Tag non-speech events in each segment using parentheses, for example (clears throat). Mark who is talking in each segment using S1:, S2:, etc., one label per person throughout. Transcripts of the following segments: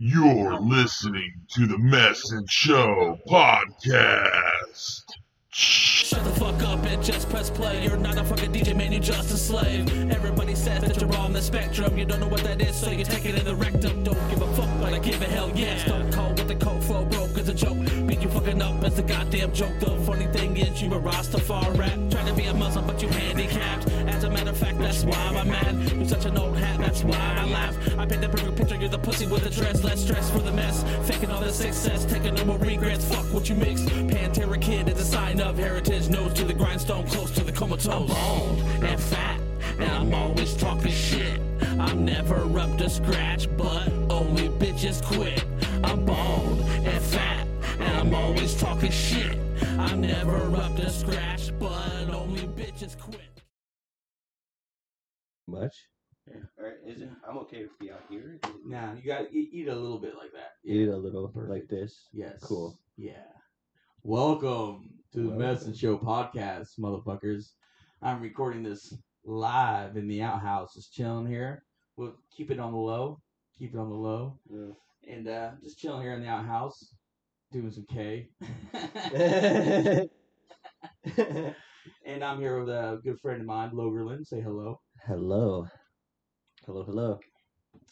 S1: You're listening to the Mess and Show podcast.
S2: Shut the fuck up and just press play. You're not a fucking DJ, man, you're just a slave. Everybody says that you're on the spectrum. You don't know what that is, so you take it in the rectum. Don't give a fuck, but I give a hell yeah. Stone cold with the cold flow broke as a joke. Beat you fucking up as a goddamn joke. The funny thing is, you a Rastafari rap. Trying to be a Muslim, but you handicapped. As a matter of fact, that's why I'm mad. You're such an old hat, that's why I laugh. I paint the perfect picture, you're the pussy with the dress. Less stress for the mess. Faking all the success, taking no more regrets. Fuck what you mix. Pantera kid is a sign of heritage. Nose to the grindstone, close to the comatose. I'm old and fat, and I'm always talking shit. I'm never up to scratch, but only bitches quit. I'm bald and fat, and I'm always talking shit. I'm never up to scratch, but only bitches quit.
S3: much.
S4: Yeah. Or is it? I'm okay to be out here.
S5: Nah, you gotta e-, eat, eat a little bit like that.
S3: Eat a little like
S5: Perfect.
S3: this.
S5: Yes.
S3: Cool.
S5: Yeah. Welcome to the
S3: Welcome.
S5: Medicine Show podcast, motherfuckers. I'm recording this live in the outhouse, just chilling here. We'll keep it on the low. Keep it on the low.
S4: Yeah. (laughs)
S5: And uh, just chilling here in the outhouse, doing some
S3: (laughs)
S5: K. (laughs) and I'm here with a good friend of mine, Logerlin. Say hello.
S3: (laughs) hello. Hello, hello.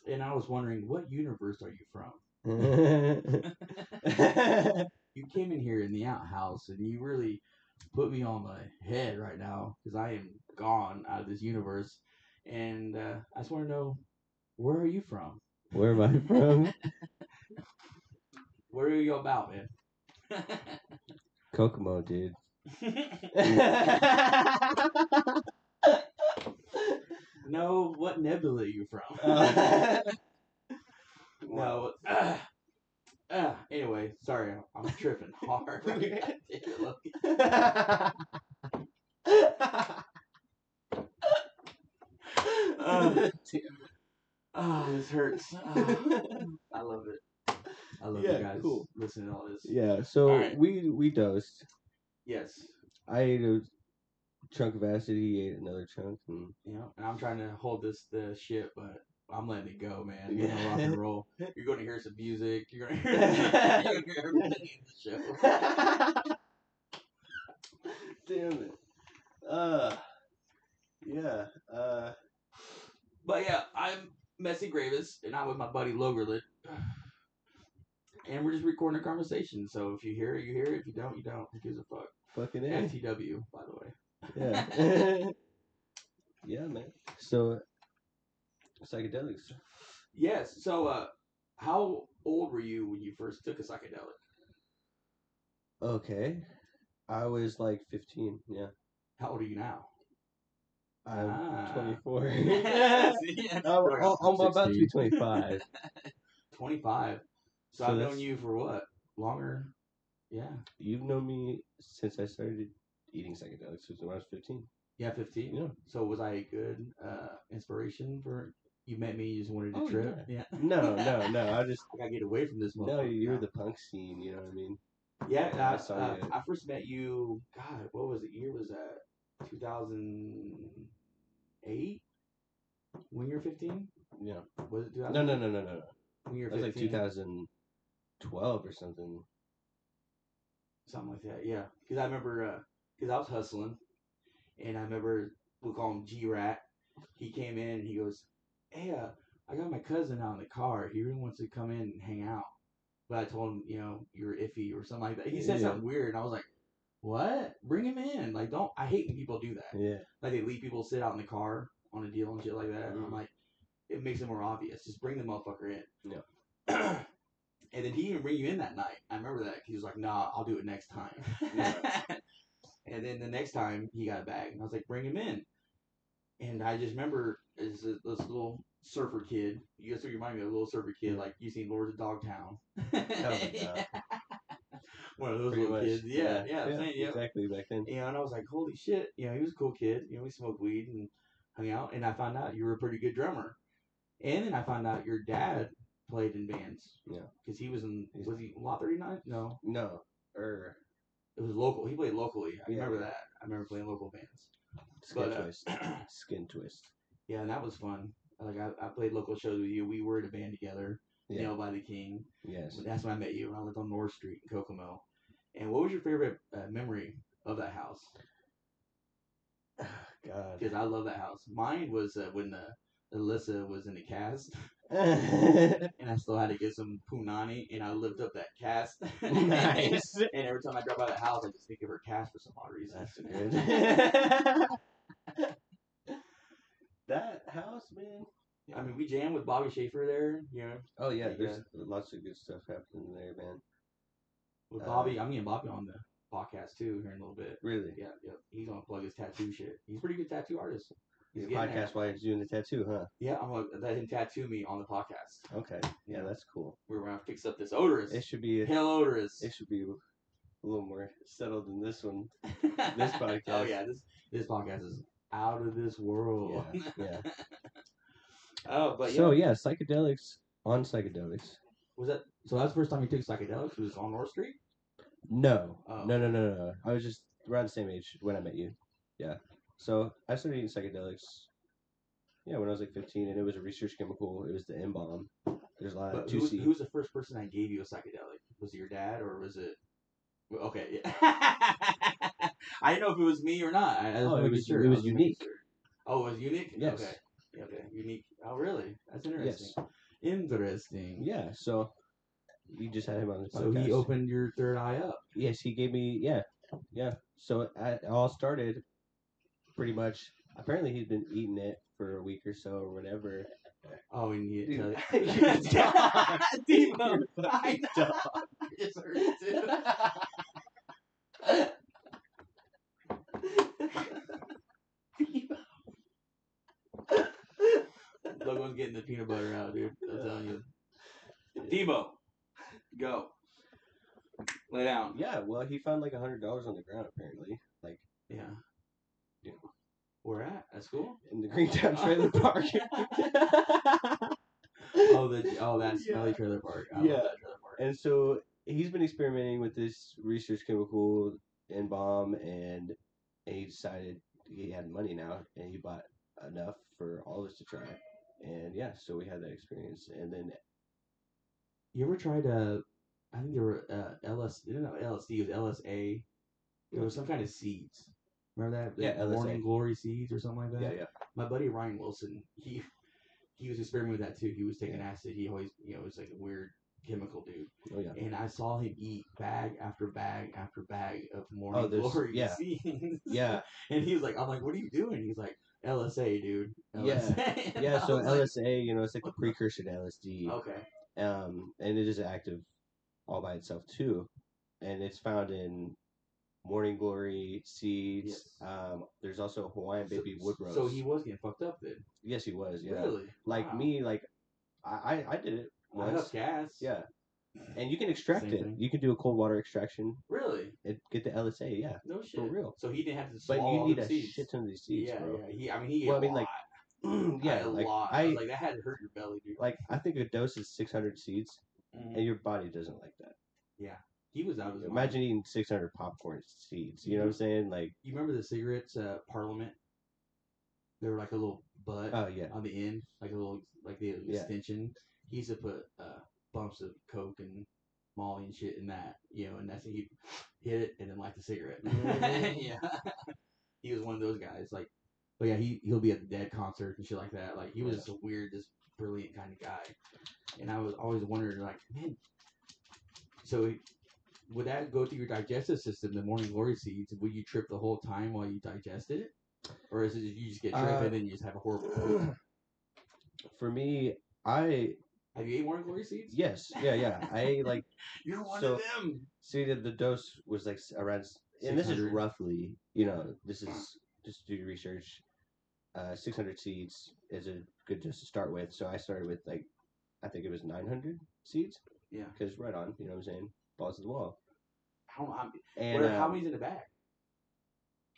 S5: And I was wondering, what universe are you from? you came in here in the outhouse and you really put me on my head right now because I am gone out of this universe. And uh, I just want to know, where are you from?
S3: (laughs) Where am I from?
S5: Where are you about, man? (laughs)
S4: (laughs)
S3: Kokomo, dude. (laughs)
S5: no, what nebula are you from?
S3: Uh,
S5: (laughs) no. Uh, uh, anyway, sorry, I'm- I'm tripping hard. (laughs)
S3: (sighs)
S5: Uh, oh, this hurts. Ah, (sighs) I love it. I love
S3: Yeah,
S5: you guys
S3: cool.
S5: listening to all this.
S3: yeah, so
S5: Alright.
S3: we we dosed.
S5: Yes.
S3: I ate a chunk of acid, he ate another chunk and
S5: you know, and I'm trying to hold this the shit, but I'm letting it go, man. You're
S3: Yeah.
S5: rock and
S3: (laughs)
S5: roll. You're going to hear some music. You're going to hear, you're gonna hear everything in the show.
S3: (laughs) Damn it. Uh yeah. Uh
S5: But yeah, I'm Messi Gravis, and I'm with my buddy Logerlit, and we're just recording a conversation. So if you hear it, you hear it. If you don't, you don't. Who gives a fuck?
S3: fucking it.
S5: FTW, by the way.
S3: (laughs) yeah. yeah, man. So psychedelics.
S5: Yes. So, uh, how old were you when you first took a psychedelic?
S3: Okay. I was like 15. Yeah.
S5: How old are
S3: (laughs)
S5: you now?
S3: I'm
S5: Ah.
S3: (laughs) 24.
S5: See?
S3: I'm, I'm- I'm about to be 25.
S5: 25. So,
S3: (laughs) So
S5: I've
S3: that's-
S5: known you for what? Longer? Yeah.
S3: You've known me since I started eating psychedelics was when I was
S5: (laughs)
S3: 15.
S5: Yeah, 15.
S3: Yeah.
S5: So was I a good uh, inspiration for you? Met me, you just wanted to
S3: Oh,
S5: trip. Yeah.
S3: No, no, no. I just
S5: I gotta get away from this
S3: no.
S5: motherfucker
S3: You're
S5: now.
S3: the punk scene. You know what I mean?
S5: Yeah,
S3: Yeah, (laughs) I
S5: I,
S3: saw
S5: uh,
S3: you.
S5: I first met you. God, what was it? Year was that? 2008. When you were 15?
S3: Yeah.
S5: Was it 2000?
S3: No, no, no, no, no. no.
S5: When you were
S3: That was
S5: 15,
S3: like 2012 or something.
S5: something like that. Yeah, because I remember because I was hustling, and I remember we call him G Rat. He came in and he goes, "Hey, uh, I got my cousin out in the car. He really wants to come in and hang out." But I told him, you know, you're iffy or something like that. He said
S3: Yeah.
S5: something weird, and I was like, "What? Bring him in! Like, don't." I hate when people do that.
S3: Yeah.
S5: Like they leave people sit out in the car on a deal and shit like that. And I'm
S3: Mhm.
S5: like, it makes it more obvious. Just bring the motherfucker in.
S3: Yeah.
S5: (clears throat) and then he didn't bring you in that night. I remember that. He was like, nah, I'll do it next time. (laughs) and then the next time he got a bag and I was like, bring him in. And I just remember this, this little surfer kid. You guys remind me of a little surfer kid. Like you seen Lords of Dogtown.
S3: Mm-hmm.
S5: (laughs)
S3: Oh, yeah.
S5: One of those
S3: Pretty
S5: little
S3: much.
S5: kids. Yeah, yeah. I'm
S3: yeah,
S5: saying, yeah
S3: Exactly back then.
S5: you know, and I was like, holy shit, you know, he was a cool kid. You know, we smoked weed and hung out, and I found out you were a pretty good drummer. And then I found out your dad played in bands.
S3: Yeah.
S5: Because he was in,
S3: He's-
S5: was he Lot 39? No,
S3: No. Er.
S5: it was local. He played locally. I
S3: Yeah,
S5: remember
S3: yeah.
S5: that. I remember playing local bands.
S3: Skin
S5: But, uh, (clears throat)
S3: twist. Skin twist.
S5: yeah, and that was fun. Like, I, I played local shows with you. We were in a band together.
S3: Yeah.
S5: You know, Hotel by the King.
S3: Yes.
S5: That's when I met you. I lived on North Street in Kokomo. And what was your favorite uh, memory of that house?
S3: God.
S5: Because I love that house. Mine was uh, when uh Alyssa was in the cast, (laughs) and I still had to get some punani, and I lived up that cast.
S3: (laughs)
S5: (laughs)
S3: nice.
S5: And every time I drive by the house, I just think of her cast for some odd reason.
S3: That's
S5: (laughs)
S3: good. (laughs)
S4: That house, man.
S5: I mean, we jammed with Bobby Schaefer there, you know,
S3: Oh yeah,
S5: Yeah.
S3: there's lots of good stuff happening there, man.
S5: with
S3: Uh,
S5: Bobby. I'm getting Bobby on the podcast too here in a little bit.
S3: Really.
S5: Yeah, yeah. He's gonna plug his tattoo shit. He's a pretty good tattoo artist. He's
S3: Your
S5: getting there.
S3: podcast while you're doing the tattoo, huh?
S5: Yeah, I'm gonna let him tattoo me on the podcast.
S3: Okay. Yeah,
S5: Yeah.
S3: that's cool.
S5: We're gonna fix up this odorous,
S3: It should be
S5: hell odorous.
S3: it should be a little more settled than this one.
S5: (laughs)
S3: this podcast.
S5: oh yeah, this this podcast is out of this world. (laughs)
S3: Yeah. yeah.
S5: Oh, but yeah.
S3: So yeah, psychedelics on psychedelics.
S5: was that so? That's the first time you took psychedelics. Was on North Street?
S3: No,
S5: Oh.
S3: no, no, no, no, no. I was just around the same age when I met you. Yeah. So I started eating psychedelics. Yeah, when I was like 15, and it was a research chemical. It was the M bomb. There's a lot of
S5: But who
S3: Uh,
S5: was,
S3: juicy.
S5: who was the first person that gave you a psychedelic? Was it your dad or was it? well, Okay, yeah. (laughs) I didn't know if it was me or not. I, I
S3: Oh, it
S5: making
S3: was-
S5: sure.
S3: it
S5: I
S3: was
S5: making
S3: unique.
S5: sure. Oh, it was unique.
S3: Yes.
S5: Okay. Yeah, Okay. Unique. Oh, really? That's interesting.
S3: yes.
S5: Interesting.
S3: Yeah. So you just had him on the
S5: So
S3: podcast.
S5: he opened your third eye up.
S3: Yes, he gave me. Yeah, yeah. So I, it all started pretty much. Apparently, he's been eating it for a week or so or whatever.
S5: Oh, and you
S3: Dude,
S5: tell (laughs)
S3: you're a dog.
S5: Devo.
S3: You're a
S5: I (laughs) know. I just heard it (laughs) too. Logan's getting the peanut butter out, dude. I'm telling you. (laughs) Debo, go. Lay down.
S3: Yeah. Well, he found like a hundred dollars on the ground apparently, like
S5: Yeah.
S3: Yeah.
S5: Where at? At (laughs) school?
S3: in the Greentown trailer park.
S5: Oh, the oh that
S3: Yeah.
S5: smelly trailer park. I
S3: Yeah.
S5: Love that trailer park.
S3: And so he's been experimenting with this research chemical and bomb, and he decided he had money now, and he bought enough for all of us to try. And yeah, so we had that experience, and then
S5: You ever tried uh I think there were uh LS it not LSD, it was LSA. There was some kind of seeds. Remember that? The
S3: Yeah, LSA.
S5: Morning Glory seeds or something like that?
S3: yeah, yeah,
S5: My buddy Ryan Wilson, he he was experimenting with that too. He was taking acid. He always you know, was like a weird chemical dude.
S3: oh yeah,
S5: And I saw him eat bag after bag after bag of morning
S3: Oh, there's-
S5: glory
S3: yeah.
S5: (laughs) seeds.
S3: yeah,
S5: And he was like, I'm like, what are you doing? He's like, LSA, dude.
S3: Yeah.
S5: LSA. (laughs) And
S3: yeah.
S5: I
S3: So
S5: was like, Oh.
S3: LSA, you know, it's like the precursor to LSD.
S5: Okay.
S3: um, and it is active all by itself too, and it's found in morning glory seeds.
S5: Yes.
S3: Um, there's also Hawaiian
S5: So-
S3: baby wood rose.
S5: So he was getting fucked up then.
S3: yes, he was. Yeah,
S5: Really?
S3: like
S5: Wow.
S3: me, like I, I, I did it
S5: I
S3: once.
S5: have gas.
S3: Yeah, and you can extract
S5: Same
S3: it.
S5: thing.
S3: You can do a cold water extraction
S5: Really?
S3: and get the LSA. Yeah,
S5: No shit.
S3: real.
S5: So he didn't have to
S3: but
S5: swallow
S3: you
S5: all
S3: need
S5: the
S3: a
S5: seeds.
S3: shit ton of these seeds,
S5: yeah,
S3: bro.
S5: yeah. He, I mean, he ate
S3: Well,
S5: a
S3: I mean, like,
S5: lot.
S3: (clears throat) yeah,
S5: I ate a
S3: like
S5: lot.
S3: I,
S5: was like that had to hurt your belly, dude.
S3: like I think a dose is 600 seeds,
S5: Mhm.
S3: and your body doesn't like that.
S5: he was out of his mind.
S3: Imagine eating 600 popcorn seeds. You know what I'm saying? Like,
S5: You remember the cigarettes uh, Parliament? They were like a little butt
S3: oh yeah.
S5: on the end, like a little, like the
S3: Yeah.
S5: extension. He used to put uh, bumps of coke and Molly and shit in that, you know, and that's he hit it and then light the
S3: Mhm.
S5: cigarette. (laughs) yeah, he was one of those guys. Like, but yeah, he he'll be at the Dead concert and shit like that. Like he was
S3: Yeah.
S5: just a weird, just brilliant kind of guy. And I was always wondering, like, man, so would that go through your digestive system? The morning glory seeds, would you trip the whole time while you digest it? Or is it just, you just get tripped
S3: Uh,
S5: and then you just have a horrible?
S3: For me, I
S5: Have you ate morning glory seeds?
S3: yes, yeah, yeah. I like
S5: You're one of them.
S3: see that the dose was like s- around, s- and this is
S5: 600.
S3: roughly, you know, this is just do your research. Uh, 600 seeds is a good dose to start with. So I started with like, I think it was 900 seeds.
S5: Yeah.
S3: Because right on, you know what I'm saying? Balls to the wall.
S5: I don't, I'm,
S3: And
S5: Where- how
S3: um,
S5: many's in the bag?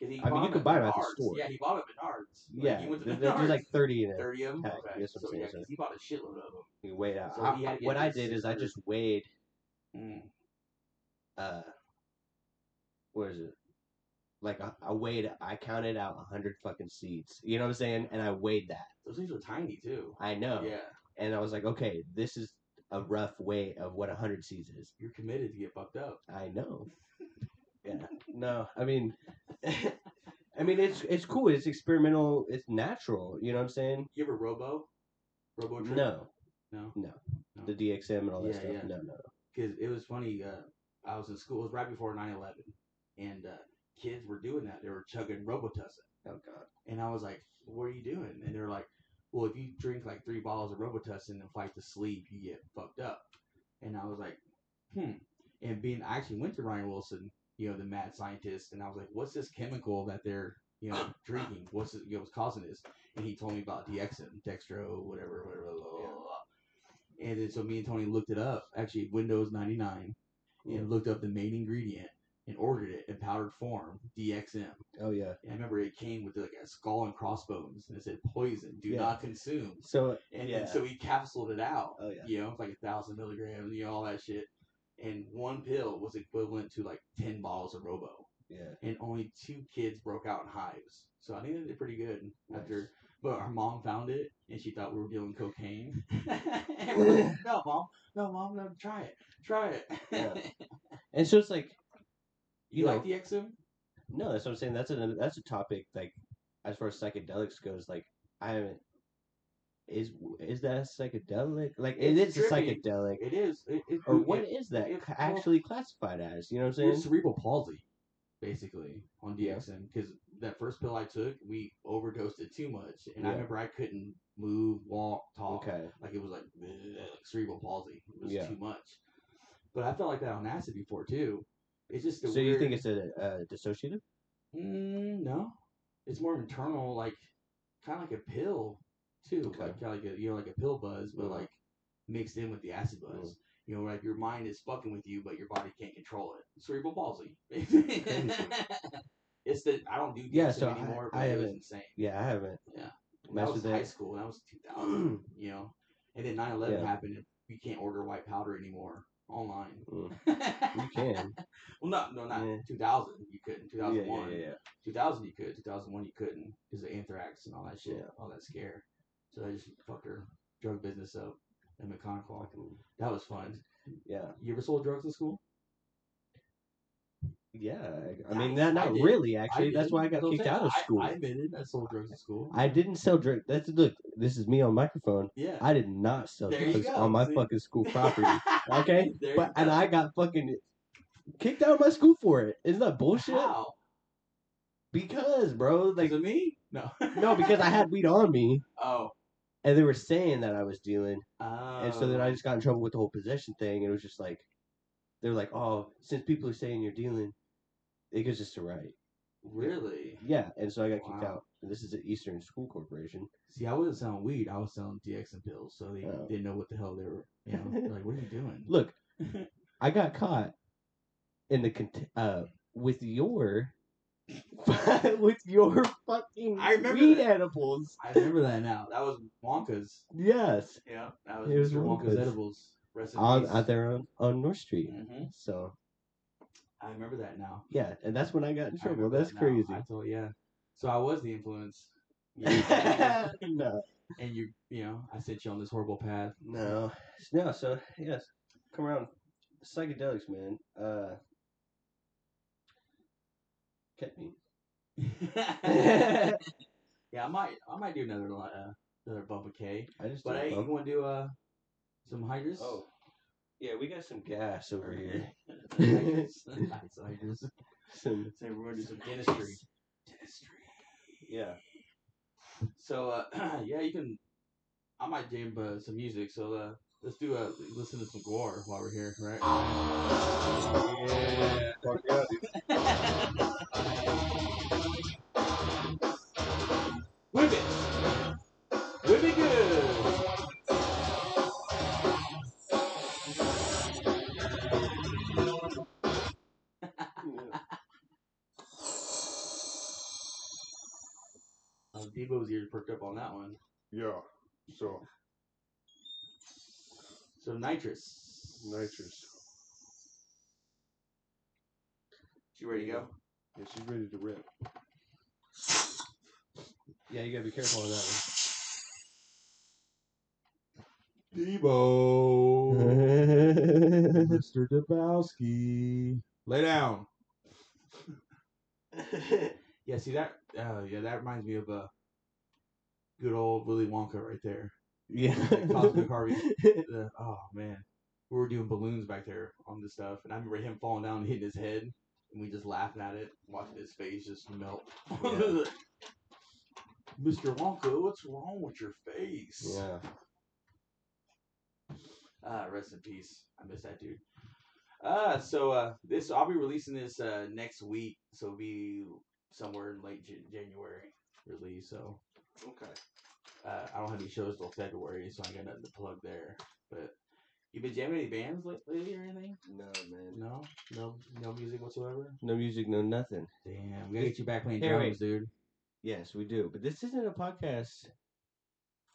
S5: 'Cause he
S3: I mean,
S5: bought
S3: you
S5: them
S3: could buy 'em at the
S5: Menards.
S3: store.
S5: Yeah, he bought them at Menards. Like,
S3: yeah,
S5: he went to
S3: there-
S5: Menards.
S3: there's like 30 in it.
S5: 30 of them?
S3: pack,
S5: Okay.
S3: yes, I'm
S5: so,
S3: saying,
S5: yeah,
S3: so-
S5: 'cause he bought a shitload of them.
S3: You weigh it out.
S5: So
S3: I-
S5: he had to get
S3: what I
S5: this
S3: did is I
S5: 600.
S3: just weighed
S5: Mm.
S3: uh where is it like I, I weighed i counted out 100 fucking seeds you know what i'm saying and i weighed that Oh.
S5: Those things were tiny, too.
S3: i know
S5: Yeah.
S3: and i was like okay this is a rough way of what hundred C's is.
S5: You're committed to get fucked up.
S3: I
S5: (laughs)
S3: know. yeah. No, I mean, (laughs) I mean it's it's cool. It's experimental. It's natural. You know what I'm saying?
S5: You ever Robo? Robo trip?
S3: No,
S5: No.
S3: the DXM and all that
S5: Yeah,
S3: stuff.
S5: yeah.
S3: No, no.
S5: because it was funny. Uh, I was in school. It was right before 9/11, and uh, kids were doing that. They were chugging Robitussin,
S3: Oh God.
S5: and I was like, "What are you doing?" And they're like, "Well, if you drink like three bottles of Robitussin and fight to sleep, you get fucked up." And I was like, "Hmm." And being, I actually went to Ryan Wilson, you know, the mad scientist, and I was like, "What's this chemical that they're you know drinking? What's it, you know, what's causing this?" And he told me about DXM, dextro, whatever, whatever. Blah, blah, blah, blah. And then so me and Tony looked it up. Actually, Windows 99 and looked up the main ingredient and ordered it in powdered form, DXM.
S3: Oh yeah.
S5: And I remember it came with like a skull and crossbones, and it said poison, do
S3: Yeah.
S5: not consume.
S3: So
S5: And
S3: yeah.
S5: then so we capsuled it out.
S3: oh yeah.
S5: You know, it's like a thousand milligrams, you know, all that shit. And one pill was equivalent to like ten bottles of Robo.
S3: Yeah.
S5: And only two kids broke out in hives. So I think they did pretty good
S3: Nice.
S5: after. But our mom found it, and she thought we were dealing
S3: (laughs)
S5: cocaine. And we're like, no, mom, no, mom, no, try it, try it.
S3: Yeah. And so it's like,
S5: (laughs) You
S3: Yeah.
S5: like the XM?
S3: no, that's what I'm saying. That's a that's a topic like, as far as psychedelics goes, like I haven't. Is is that a psychedelic? Like it
S5: It's
S3: is a
S5: trippy.
S3: psychedelic,
S5: It is. It, it,
S3: or
S5: it-
S3: what
S5: it-
S3: is that
S5: it-
S3: ca- actually classified as? You know what I'm
S5: It's
S3: saying?
S5: cerebral palsy, basically, on DXM. Because that first pill I took, we overdosed it too much. And
S3: Yeah.
S5: I remember I couldn't move, walk, talk.
S3: Okay.
S5: Like it was like, bleh, like cerebral palsy. It was
S3: Yeah.
S5: too much. But I felt like that on acid before, too. It's just a
S3: So you think
S5: weird-
S3: it's a, a dissociative?
S5: Mm, no. It's more internal, like kind of like a pill too,
S3: Okay.
S5: like kind of like a you know like a pill buzz, but
S3: Mhm.
S5: like mixed in with the acid buzz.
S3: Mhm.
S5: You know, like your mind is fucking with you, but your body can't control it. Cerebral palsy. (laughs) it's the I don't do
S3: Yeah,
S5: yeah,
S3: so I-
S5: anymore, but
S3: I
S5: it was
S3: haven't-
S5: insane.
S3: Yeah, I haven't.
S5: Yeah. That
S3: Messed
S5: was
S3: with
S5: high
S3: that.
S5: school. That was
S3: (clears throat)
S5: 2000. you know, and then 9/11
S3: Yeah.
S5: happened. And you can't order white powder anymore online.
S3: Mm. You
S5: (laughs) well,
S3: can.
S5: no, no, not
S3: Yeah.
S5: 2000. You couldn't.
S3: yeah,
S5: 2001.
S3: yeah, yeah, yeah.
S5: 2000 you could, 2001 you couldn't because of anthrax and all that shit,
S3: Yeah.
S5: all that scare. So I just fucked her drug business up in McConaughey.
S3: Fucking-
S5: That was fun.
S3: Yeah,
S5: You ever sold drugs in school?
S3: yeah. I- I
S5: Yeah,
S3: mean, not,
S5: I
S3: not
S5: did.
S3: really. Actually, that's
S5: did.
S3: why I got
S5: That's what I'm
S3: kicked
S5: saying.
S3: out of
S5: I-
S3: school.
S5: I,
S3: I,
S5: admitted I sold drugs in school.
S3: didn't sell drink. That's look. This is me on microphone.
S5: yeah.
S3: I did not sell
S5: There you
S3: drugs
S5: go,
S3: on my
S5: see?
S3: fucking school
S5: (laughs)
S3: property. Okay,
S5: There
S3: but
S5: you
S3: and
S5: go.
S3: I got fucking kicked out of my school for it. Isn't that bullshit?
S5: (laughs) How?
S3: Because, bro, like
S5: Is it me? No.
S3: (laughs) no, because I had weed on me,
S5: (laughs) oh.
S3: and they were saying that I was dealing.
S5: Oh.
S3: And so then I just got in trouble with the whole possession thing. And it was just like, they're like, oh, since people are saying you're dealing, it goes just to right.
S5: Really?
S3: Yeah. And so I got kicked
S5: Wow.
S3: out. And this is at Eastern School Corporation.
S5: See, I wasn't selling weed. I was selling DX and pills, so they
S3: Oh.
S5: didn't know what the hell they were. You know,
S3: (laughs)
S5: They're like, what are you doing?
S3: Look, I got caught in the, cont- uh, with your, (laughs) with your fucking
S5: I remember
S3: weed
S5: that.
S3: edibles.
S5: I remember that now. That was Wonka's.
S3: Yes.
S5: Yeah, that was,
S3: It was
S5: Mr. Wonka's,
S3: Wonka's.
S5: edibles. Rest in
S3: On,
S5: peace.
S3: out there on, on North Street.
S5: Mhm.
S3: So,
S5: I remember that now.
S3: yeah. And that's when I got in
S5: I
S3: trouble.
S5: remember
S3: That's
S5: that now.
S3: crazy.
S5: I told yeah. So I was the
S3: (laughs)
S5: influence. Yeah.
S3: no.
S5: and you, you know, I sent you on this horrible path. (laughs)
S3: No, no. So yes, come around. Psychedelics, man. Uh, kept me.
S5: yeah,
S3: I
S5: I might, I might do another, li- uh, another Bubba K.
S3: just.
S5: But
S3: did a
S5: hey, you
S3: bump.
S5: want to do uh, some hydrous? (laughs)
S3: oh, yeah, we got some gas over here.
S5: hydrous. (laughs) nice hydrous.
S3: (laughs) Some
S5: So we're gonna do some dentistry. Dentistry.
S3: yeah.
S5: So uh, (clears throat) yeah, you can. I might jam uh, some music. So uh, let's do a listen to some Guar while we're here, right?
S3: Fuck Oh, yeah,
S5: Whip it. Whip it good.
S3: dude.
S5: Uh, Debo's ears perked up on that one.
S1: Yeah. So
S5: So nitrous.
S1: nitrous.
S5: You ready to go?
S1: Yeah, she's ready to rip.
S3: Yeah, you gotta be careful on that (laughs)
S5: Debo,
S3: Debo. (laughs)
S5: Mr. Dabowski, lay (laughs) down. Yeah, see that? Uh, yeah, that reminds me of a uh, good old Willy Wonka right there.
S3: yeah.
S5: Cosmic Harvey. (laughs) The- oh man, we were doing balloons back there on the stuff, and I remember him falling down and hitting his head, and we just laughing at it, watching his face just melt. (laughs) Mr. Wonka, what's wrong with your face?
S3: yeah.
S5: Uh, rest in peace. I miss that dude. Uh, so uh, this I'll be releasing this uh next week, so it'll be somewhere in late Jan- January release. So
S3: Okay.
S5: uh, I don't have any shows till February, so I got nothing to plug there. But you been jamming any bands late- lately or anything?
S3: No man.
S5: No, no, no music whatsoever.
S3: No music, no nothing.
S5: Damn, we gotta get you back playing
S3: Hey, wait.
S5: drums, dude.
S3: Yes, we do. But this isn't a podcast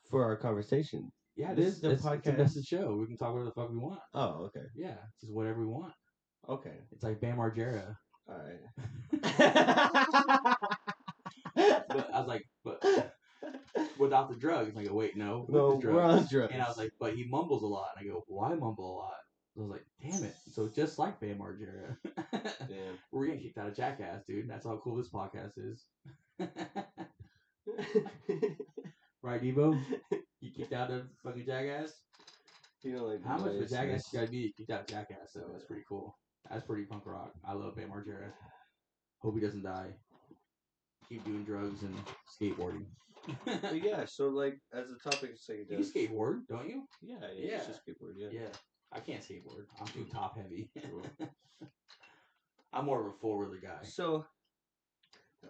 S3: for our conversation.
S5: Yeah,
S3: This
S5: this
S3: is
S5: is
S3: the
S5: the podcast.
S3: podcast.
S5: That's the show. We can talk whatever the fuck we want.
S3: Oh, okay.
S5: Yeah, it's just whatever we want.
S3: Okay.
S5: It's like Bam Margera.
S3: All (laughs) right.
S5: but I was like, (laughs) but without the drugs. And I go, wait, no, with
S3: no,
S5: the drugs.
S3: we're on drugs.
S5: And I was like, but he mumbles a lot. And I go, why mumble a lot? I was like, damn it. So just like Bam Margera, (laughs)
S3: (laughs) Damn.
S5: we're getting kicked out of Jackass, dude. That's how cool this podcast is. (laughs)
S3: (laughs)
S5: right, Debo? You kicked out of fucking Jackass?
S3: you know, like
S5: How much of a
S3: waves,
S5: Jackass you
S3: man.
S5: gotta be to kicked out of Jackass? So that's pretty cool. That's pretty punk rock. I love Bam Margera. Hope he doesn't die. Keep doing drugs and skateboarding. (laughs)
S3: But yeah, so like as a topic, it's like it
S5: You
S3: does.
S5: skateboard, don't you?
S3: Yeah, yeah, it's
S5: Yeah.
S3: just skateboard. Yeah.
S5: I can't skateboard. I'm too top (laughs) heavy. I'm more of a four wheeler guy.
S3: So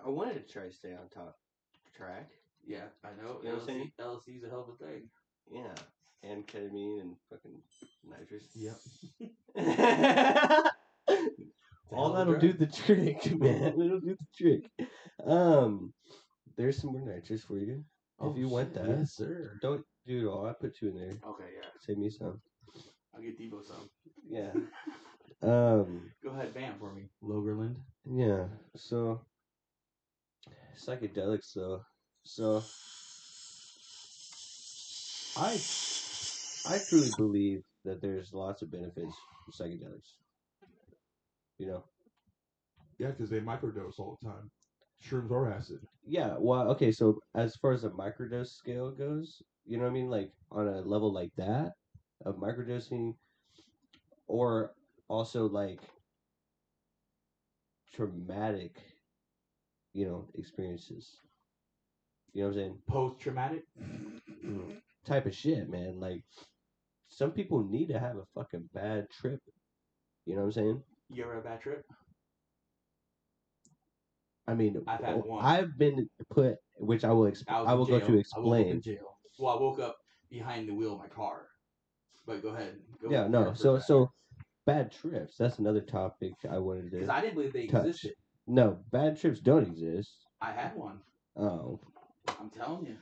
S3: I wanted to try to stay on top track.
S5: Yeah, I know.
S3: You know what I'm saying?
S5: LSD's a hell of a thing.
S3: Yeah. And ketamine and fucking nitrous. (laughs)
S5: Yep.
S3: All that'll do the (laughs) trick, man. It'll do the trick. Um, there's some more nitrous for you. if you want that.
S5: Oh, Yes, sir.
S3: Don't do it all. I put you in there.
S5: Okay, yeah.
S3: Save me some.
S5: I'll get Debo some.
S3: Yeah. (laughs) Um.
S5: Go ahead, bam for me. Logerland.
S3: Yeah. So psychedelics, though. So I I truly believe that there's lots of benefits from psychedelics. You know.
S5: Yeah, because they microdose all the time. Shrooms or acid.
S3: Yeah, well, okay, so as far as a microdose scale goes, you know what I mean? Like on a level like that of microdosing, or also like traumatic, you know, experiences. You know what I'm saying?
S5: Post traumatic.
S3: Mm. Type of shit, man. Like some people need to have a fucking bad trip. You know what I'm saying?
S5: You ever had a bad trip?
S3: I mean, oh,
S5: I've had one.
S3: I've been put, which I will, exp-
S5: was
S3: I
S5: in
S3: will go
S5: jail.
S3: to
S5: I woke up in
S3: explain.
S5: jail. Well, I woke up behind the wheel of my car. But go ahead. Go
S3: yeah,
S5: with
S3: no.
S5: your
S3: So
S5: first
S3: so bad trips. That's another topic I wanted
S5: Because
S3: to.
S5: I didn't believe they
S3: touch.
S5: existed.
S3: No, bad trips don't exist.
S5: I had one.
S3: Oh,
S5: I'm telling you.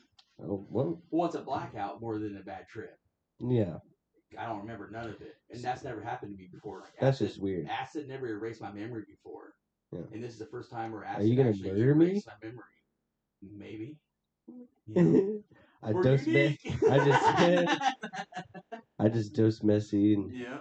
S3: oh well,
S5: Well, it's a blackout more than a bad trip.
S3: yeah.
S5: I don't remember none of it, and that's never happened to me before. Like,
S3: That's
S5: acid,
S3: just weird.
S5: acid never erased my memory before,
S3: Yeah.
S5: and this is the first time where
S3: Are
S5: acid
S3: you gonna
S5: actually
S3: murder me?
S5: erased my memory.
S3: (laughs)
S5: Maybe. Yeah.
S3: I
S5: We're
S3: dose me-
S5: unique.
S3: I
S5: (laughs)
S3: just- I just dose messy and
S5: yeah.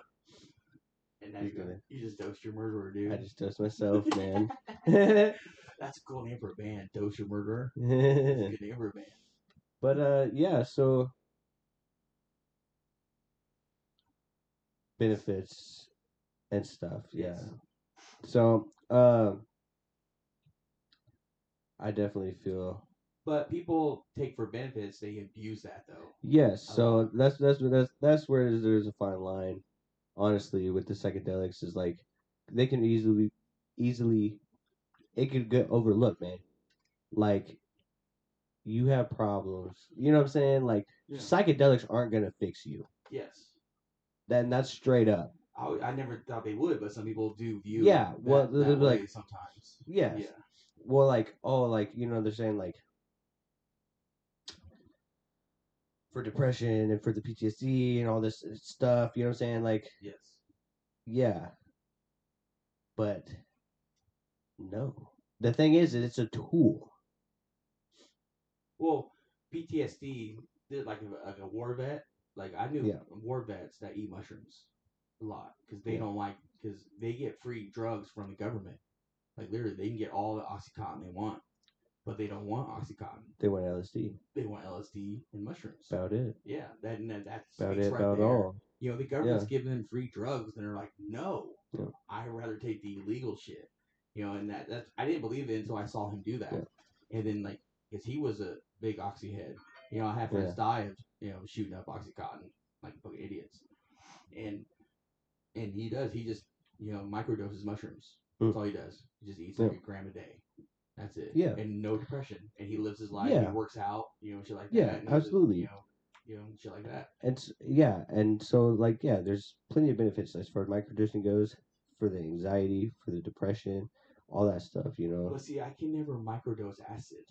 S5: And now
S3: He's
S5: you, go,
S3: gonna-
S5: you just dosed your murderer, dude.
S3: I just dose myself, man.
S5: (laughs)
S3: (laughs) but
S5: That's a cool name for a band, Dose Your Murderer. That's a good name for a band.
S3: uh, yeah. So benefits and stuff. Yeah.
S5: Yes.
S3: So um, I definitely feel
S5: But people take for benefits; they abuse that, though.
S3: Yes,
S5: I
S3: so that's that's where- that's that's where there's- there's a fine line, honestly, with the psychedelics is like they can easily easily it could get overlooked, man. Like you have problems, you know what I'm saying? Like
S5: Yeah.
S3: psychedelics aren't gonna fix you.
S5: Yes.
S3: Then that's straight up.
S5: I, w- I never thought they would, but some people do view.
S3: Yeah,
S5: that-
S3: well,
S5: that
S3: they'll be like-
S5: way sometimes.
S3: Yes.
S5: Yeah.
S3: Well, like oh, like you know they're saying like for depression and for the PTSD and all this uh, stuff. You know what I'm saying? Like
S5: Yes.
S3: Yeah. But no. The thing is that it's a tool.
S5: Well, PTSD, they're like a, like a war vet, Like I knew
S3: Yeah.
S5: war vets that eat mushrooms a lot because they
S3: Yeah.
S5: don't like because they get free drugs from the government. Like literally, they can get all the oxycontin they want, but they don't want oxycontin.
S3: They want LSD.
S5: They want LSD and mushrooms.
S3: About it.
S5: yeah, that and that, that
S3: About
S5: speaks
S3: it.
S5: right
S3: about
S5: there.
S3: all.
S5: You know, the government's giving them free drugs, and they're like, "No,
S3: Yeah.
S5: I'd rather take the illegal shit." You know, and that that I didn't believe it until I saw him do that,
S3: Yeah.
S5: and then like, because he was a big oxy head. You know, I had friends
S3: Yeah.
S5: die of you know shooting up oxycontin like fucking idiots, and and he does. He just you know microdoses mushrooms. That's
S3: Mm.
S5: all he does. He just eats
S3: Yeah.
S5: like a gram a day. That's it.
S3: Yeah.
S5: And no depression, and he lives his life.
S3: Yeah.
S5: He works out. You know, shit like
S3: Yeah,
S5: that. and he just,
S3: absolutely.
S5: You know, you know, shit like that.
S3: It's yeah, and so like yeah, there's plenty of benefits as far as microdosing goes for the anxiety, for the depression, all that stuff. You know,
S5: (laughs) But see, I can never microdose (laughs) acid.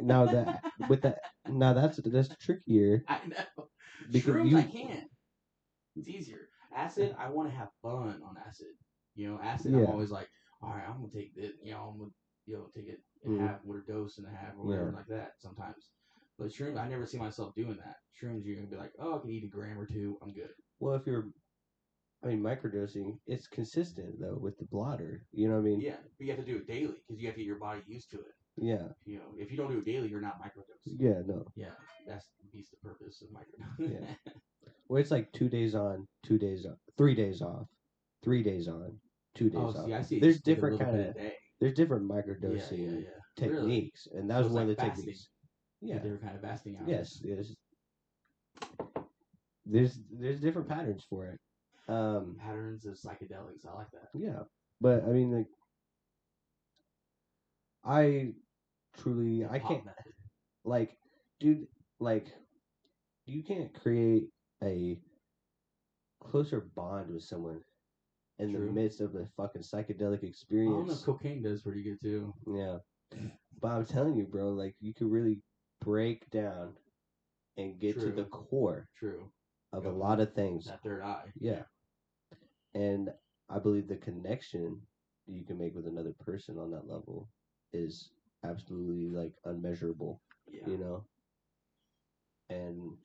S3: now that with that now that's that's trickier
S5: I know.
S3: because
S5: Shrooms,
S3: you
S5: I can't. It's easier. Acid, I want to have fun on acid. You know, acid, I'm
S3: Yeah.
S5: always like, all right, I'm gonna take this. You know, I'm gonna you know take it
S3: Mm.
S5: and have what a dose and a half or whatever
S3: Yeah.
S5: like that. Sometimes, but shrooms, I never see myself doing that. Shrooms, you're gonna be like, oh, I can eat a gram or two, I'm good.
S3: well if you're. I mean, microdosing, it's consistent though with the blotter. You know what I mean?
S5: Yeah, but you have to do it daily because you have to get your body used to it.
S3: Yeah.
S5: You know, if you don't do it daily, you're not microdosing.
S3: Yeah, no.
S5: Yeah, that's beats the purpose of microdosing.
S3: Yeah. Well, it's like two days on, two days off, three days off, three days on, two days
S5: Oh,
S3: off.
S5: see, I see.
S3: There's
S5: Just take a
S3: different
S5: little bit
S3: kinda
S5: a day.
S3: There's different
S5: yeah,
S3: microdosing
S5: yeah, yeah. Really?
S3: techniques, and that was
S5: it's
S3: one
S5: like
S3: of the
S5: fasting.
S3: techniques.
S5: Yeah.
S3: Yeah.
S5: Different kind of fasting hours.
S3: Yes, yes. There's there's different patterns for it. Um,
S5: Patterns of psychedelics. I like that.
S3: yeah, but I mean, like, I truly I
S5: Pop
S3: can't (laughs)
S5: that.
S3: like, dude, like, you can't create a closer bond with someone in the
S5: True.
S3: midst of a fucking psychedelic
S5: I don't know if
S3: experience.
S5: cocaine does pretty good too.
S3: Yeah. But I'm telling you, bro, like you could really break down and get to the
S5: True.
S3: core
S5: True.
S3: of
S5: Yep.
S3: a lot of things.
S5: That third eye.
S3: Yeah. And I believe the connection that you can make with another person on that level is absolutely like unmeasurable,
S5: Yeah.
S3: you know? And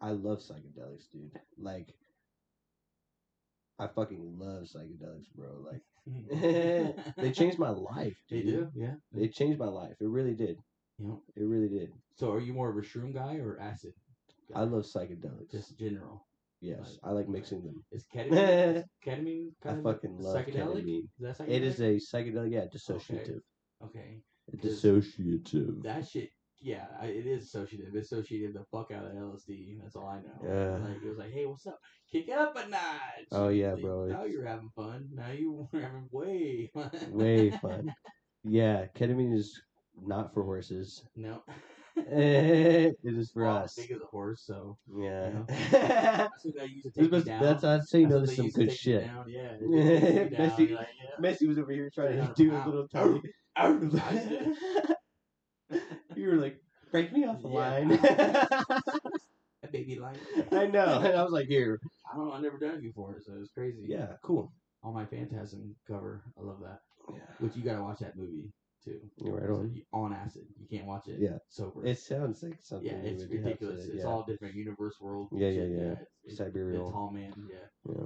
S3: I love psychedelics, dude. Like, I fucking love psychedelics, bro. Like, (laughs)
S5: (laughs)
S3: they changed my life.
S5: They
S3: Dude.
S5: do. Yeah.
S3: They changed my life. It really did.
S5: You know.
S3: It really did.
S5: So are you more of a shroom guy or acid?
S3: I love psychedelics.
S5: just general.
S3: yes, I like mixing them.
S5: Is ketamine? is
S3: (laughs)
S5: ketamine
S3: I
S5: kind of
S3: fucking love
S5: psychedelic.
S3: ketamine.
S5: Is that psychedelic?
S3: It is a psychedelic, yeah, dissociative.
S5: Okay. Just-
S3: Dissociative.
S5: That shit. Yeah, I- it is associative. It associated the fuck out of LSD. That's all I know.
S3: Yeah.
S5: Like it was like, hey, what's up? Kick it up a notch.
S3: Oh, yeah,
S5: Like,
S3: bro,
S5: Now
S3: it's-
S5: you're (laughs) having fun. Now you (laughs) were having way.
S3: Way fun. Yeah, ketamine is not for horses.
S5: (laughs) no.
S3: it is for
S5: Well, I'm
S3: us.
S5: Big as a horse, so
S3: Yeah.
S5: that's what I used to
S3: This
S5: take
S3: was-
S5: you down.
S3: that's how I say you
S5: That's
S3: know this
S5: what they
S3: is some
S5: used to
S3: good
S5: take you
S3: shit.
S5: down, Yeah.
S3: (laughs)
S5: they take you down,
S3: Messy-
S5: you're like,
S3: (laughs)
S5: yeah.
S3: Messi was over here trying to
S5: Turn
S3: do a
S5: around. (laughs)
S3: little tiny.
S5: Ow, ow.
S3: (laughs) you were like, break me off the
S5: Yeah.
S3: line.
S5: (laughs) That baby (laughs) like
S3: (laughs) I know. And I was like, here.
S5: I don't. know, I've never done it before, so it's crazy.
S3: Yeah, cool.
S5: On my Phantasm cover, I love that.
S3: Yeah.
S5: Which you gotta watch that movie too.
S3: You're right
S5: So
S3: on.
S5: you- on acid. You can't watch it.
S3: Yeah.
S5: sober.
S3: It sounds like something.
S5: yeah,
S3: you
S5: it's
S3: would have to-
S5: ridiculous. It's
S3: yeah.
S5: all different universe world.
S3: Yeah, yeah,
S5: shit,
S3: yeah.
S5: It's, it's the
S3: Sidereal.
S5: tall man. Yeah,
S3: Yeah.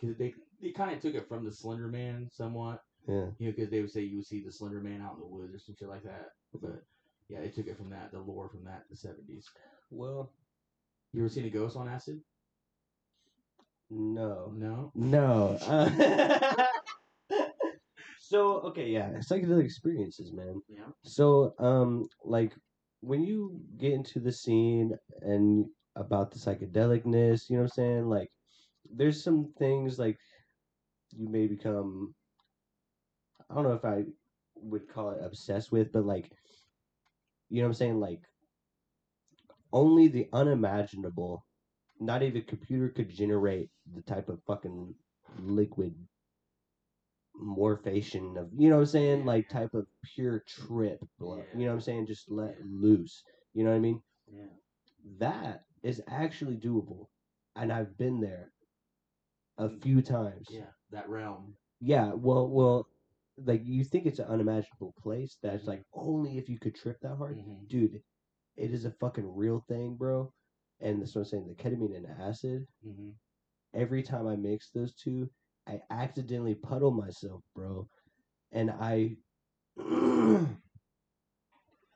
S5: because they they kind of took it from the Slender Man somewhat.
S3: Yeah.
S5: You know, because they would say you would see the Slender Man out in the woods or some shit like that. But yeah, they took it from that, the lore from that, the seventies.
S3: Well,
S5: You ever seen a ghost on acid? (laughs)
S3: no.
S5: No.
S3: No.
S5: (laughs)
S3: Uh, (laughs) so, okay, yeah. Psychedelic experiences, man.
S5: Yeah.
S3: So, um, like, when you get into the scene and about the psychedelicness, you know what I'm saying? Like, there's some things like you may become, I don't know if I would call it obsessed with, but like, you know what I'm saying? Like, only the unimaginable, not even computer could generate the type of fucking liquid morphation of, you know what I'm saying?
S5: Yeah.
S3: Like, type of pure trip. bro.
S5: Yeah.
S3: You know what I'm saying? Just let
S5: Yeah.
S3: loose. You know what I mean?
S5: Yeah.
S3: That is actually doable. And I've been there a few times.
S5: Yeah, that realm.
S3: Yeah, well, well, like you think it's an unimaginable place that's
S5: Mhm.
S3: like only if you could trip that hard,
S5: Mhm.
S3: dude. it is a fucking real thing, bro. And that's what I'm saying. The ketamine and acid.
S5: hmm
S3: Every time I mix those two, I accidentally puddle myself, bro. And I, (clears throat)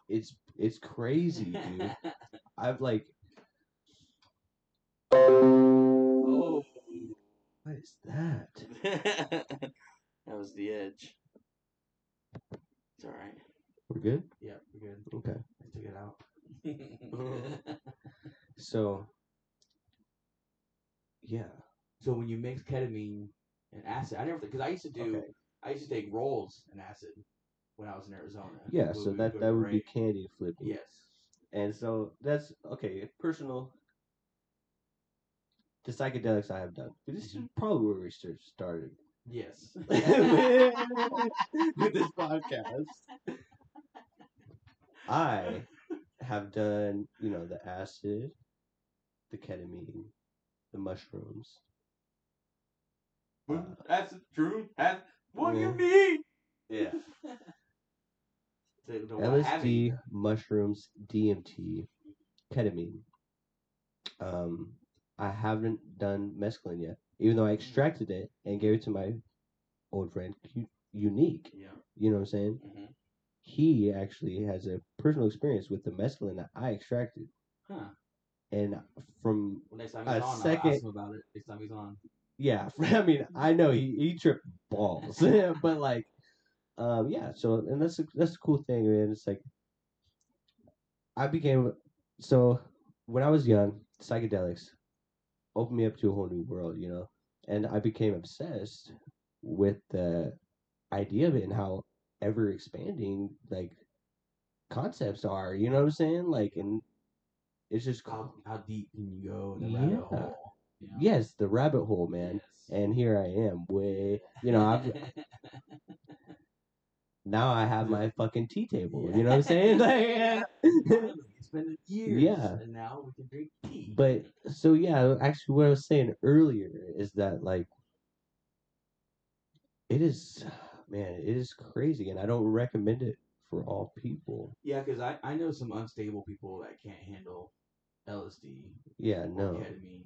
S3: it's it's
S5: Mm-hmm.
S3: crazy, dude. I've like,
S5: (laughs) oh.
S3: what is that?
S5: (laughs) that was the edge. It's all right.
S3: We're good.
S5: Yeah, we're good.
S3: Okay.
S5: I took it out. (laughs)
S3: So, yeah.
S5: so when you mix ketamine and acid, I never because I used to do
S3: Okay.
S5: I used to take rolls and acid when I was in Arizona.
S3: Yeah.
S5: When
S3: So
S5: we
S3: that
S5: go
S3: that
S5: to
S3: would be
S5: break.
S3: candy flipping.
S5: yes.
S3: And so that's okay. Personal. The psychedelics I have done. This is probably where research started
S5: Yes. (laughs)
S3: (laughs) with this podcast. I have done, you know, the acid, the ketamine, the mushrooms. Uh,
S5: Mm, That's true. That's what do
S3: Yeah.
S5: you mean.
S3: Yeah.
S5: (laughs) They don't wanna have it.
S3: LSD, mushrooms, DMT, ketamine. Um, I haven't done mescaline yet, even though I extracted it and gave it to my old friend U- Unique.
S5: Yeah.
S3: You know what I'm saying?
S5: hmm
S3: He actually has a personal experience with the mescaline that I extracted,
S5: Huh.
S3: and from
S5: Well, next time
S3: A
S5: he's on, I'll
S3: second-
S5: ask him about it. Next time he's on.
S3: yeah, (laughs) I mean, I know he he tripped balls, (laughs) but like, um, yeah. So and that's a, that's a cool thing, man. It's like I became so when I was young, psychedelics opened me up to a whole new world, you know, and I became obsessed with the idea of it and how ever expanding like concepts are. You know what I'm saying? Like, and it's just
S5: How,
S3: cool.
S5: how deep can you go in the rabbit
S3: Yeah.
S5: hole? Yeah.
S3: yes, the rabbit hole, man.
S5: Yes.
S3: and here I am. Way, you know, (laughs) I've now I have my fucking tea table. You know what I'm saying? (laughs) Like,
S5: Finally, it's been years.
S3: Yeah.
S5: And now we can drink tea.
S3: (laughs) but so yeah, actually, what I was saying earlier is that like, it is, (sighs) man, it is crazy, and I don't recommend it for all people.
S5: yeah, because I, I know some unstable people that can't handle LSD,
S3: Yeah,
S5: or
S3: no,
S5: ketamine,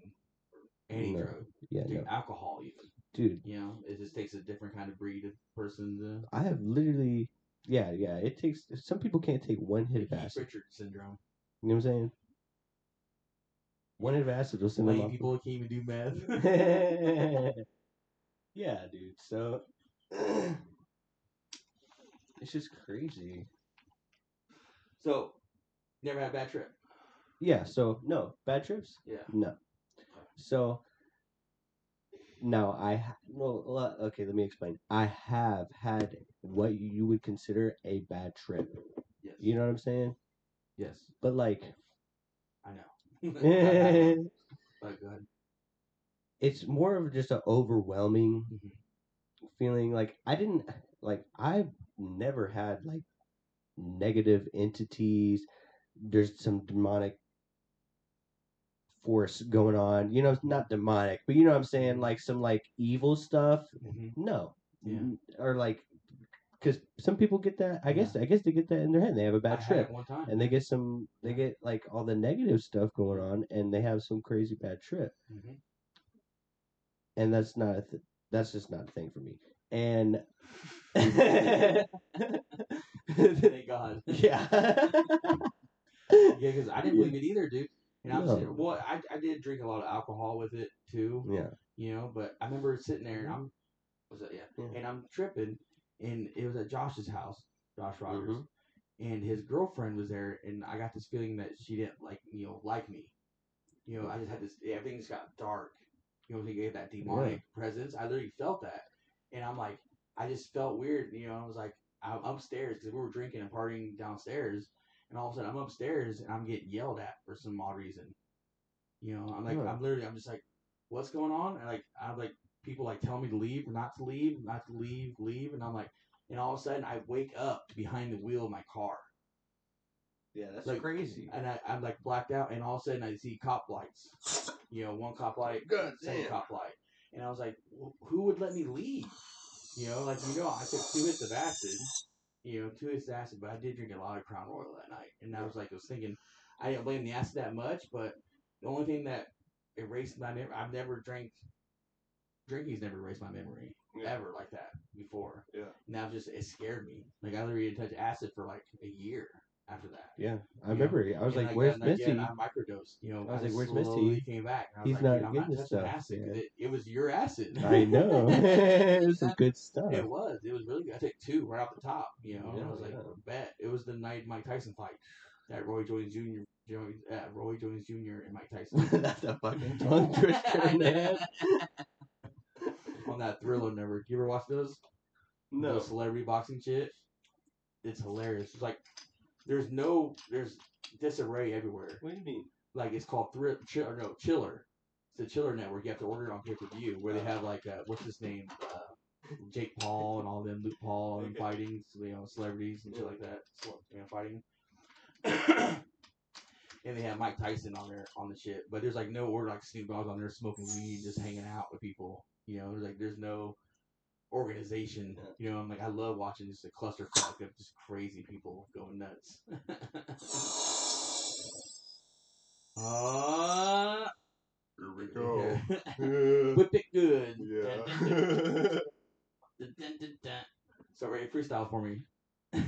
S5: or any
S3: No.
S5: drug,
S3: yeah,
S5: dude,
S3: no,
S5: alcohol even.
S3: dude.
S5: You know, it just takes a different kind of breed of person to.
S3: I have literally, yeah, yeah. It takes some people can't take one hit of
S5: Keith
S3: acid.
S5: Richards syndrome.
S3: You know what I'm saying? One hit of acid will send them
S5: Lame
S3: off.
S5: people that can't even do meth. (laughs)
S3: (laughs) yeah, dude. So it's just crazy.
S5: so, never had a bad trip.
S3: Yeah. So no bad trips.
S5: Yeah.
S3: No. So no, I ha- no. le- Okay, let me explain. I have had what you would consider a bad trip.
S5: Yes.
S3: You know what I'm saying?
S5: Yes.
S3: But like, (laughs)
S5: I know. (laughs)
S3: it's
S5: but go ahead.
S3: more of just an overwhelming
S5: Mhm.
S3: feeling like I didn't like I've never had like negative entities. There's some demonic force going on. You know, it's not demonic, but you know what I'm saying? Like some like evil stuff.
S5: Mhm.
S3: No.
S5: Yeah.
S3: N- Or like because some people get that. I guess I guess they get that in their head. They have a
S5: I
S3: bad
S5: had
S3: trip
S5: it one time.
S3: and they get some they
S5: Yeah.
S3: get like all the negative stuff going on and they have some crazy bad trip
S5: Mhm.
S3: and that's not a th- that's just not a thing for me and (laughs) yeah
S5: (laughs) Thank God.
S3: (laughs)
S5: Yeah, because I didn't believe it either, dude. And I'm
S3: No.
S5: sitting, well, I, I did drink a lot of alcohol with it too,
S3: yeah
S5: you know. But I remember sitting there, and I'm was it, yeah,
S3: Yeah.
S5: and I'm tripping, and it was at Josh's house, Josh Rogers,
S3: Mhm.
S5: and his girlfriend was there, and I got this feeling that she didn't like, you know, like me. You know, I just had this. Everything just got dark. You know, he gave that demonic presence. I literally felt that, and I'm like, I just felt weird. You know, I was like, I'm upstairs because we were drinking and partying downstairs, and all of a sudden I'm upstairs and I'm getting yelled at for some odd reason. You know, I'm like,
S3: Huh.
S5: I'm literally, I'm just like, what's going on? And like, I'm like, people like telling me to leave, not to leave, not to leave, leave, and I'm like, and all of a sudden I wake up behind the wheel of my car,
S3: yeah that's
S5: Like,
S3: crazy
S5: and I, I'm like blacked out, and all of a sudden I see cop lights. You know, one cop light,
S1: God
S5: second
S1: damn.
S5: cop light, and I was like, "Wh- who would let me leave? You know, like you know, I took two hits of acid. You know, two hits of acid, but I did drink a lot of Crown Royal that night, and I was like, I was thinking, I didn't blame the acid that much, but the only thing that erased my memory, I've never drank. Drinking's never erased my memory
S3: Yeah.
S5: ever like that before.
S3: Yeah.
S5: Now just it scared me. Like I literally didn't touch acid for like a year after that.
S3: Yeah, I
S5: You know,
S3: remember it. I was
S5: And
S3: like, "Where's
S5: and
S3: Misty?"
S5: again, I microdosed. You know,
S3: I was like, "Where's Misty?
S5: slowly Came back. and I was
S3: He's
S5: like,
S3: not
S5: "Dude, I'm not
S3: getting this
S5: touching
S3: stuff,
S5: acid 'cause
S3: yeah.
S5: it, it was your
S3: (laughs)
S5: acid.
S3: I know. (laughs) this is good stuff.
S5: (laughs) It was. It was really good. I took two right off the top. You know, and I
S3: Yeah,
S5: was like,
S3: yeah.
S5: bet. It was the night Mike Tyson fight that Roy Jones Jr. Jones, uh, Roy Jones Jr.
S3: (laughs)
S5: and Mike Tyson
S3: That's a fucking (laughs) tongue twister, man.
S5: (laughs) on that Thriller Network. You ever watch those?
S3: No.
S5: Those celebrity boxing shit. It's hilarious. It's like there's no there's disarray everywhere.
S3: What do you mean?
S5: like it's called Thrill Chill or no Chiller. It's the Chiller Network. You have to order it on pay per view where they have like uh, what's his name, uh, Jake Paul and all them, Luke Paul and
S3: Okay.
S5: fighting, you know, celebrities and shit like that, so, you know, fighting. (coughs) and they have Mike Tyson on there on the shit, but there's like no order like Snoop Dogg's on there smoking weed, just hanging out with people. You know, there's like there's no organization.
S3: Yeah.
S5: You know, I'm like I love watching just a clusterfuck of just crazy people going nuts. (laughs) Uh,
S1: Here we
S5: (laughs)
S1: go.
S5: Whip it good.
S3: (laughs)
S1: yeah.
S5: Dun, dun, dun, dun. So ready freestyle for me. (laughs)
S3: Yeah,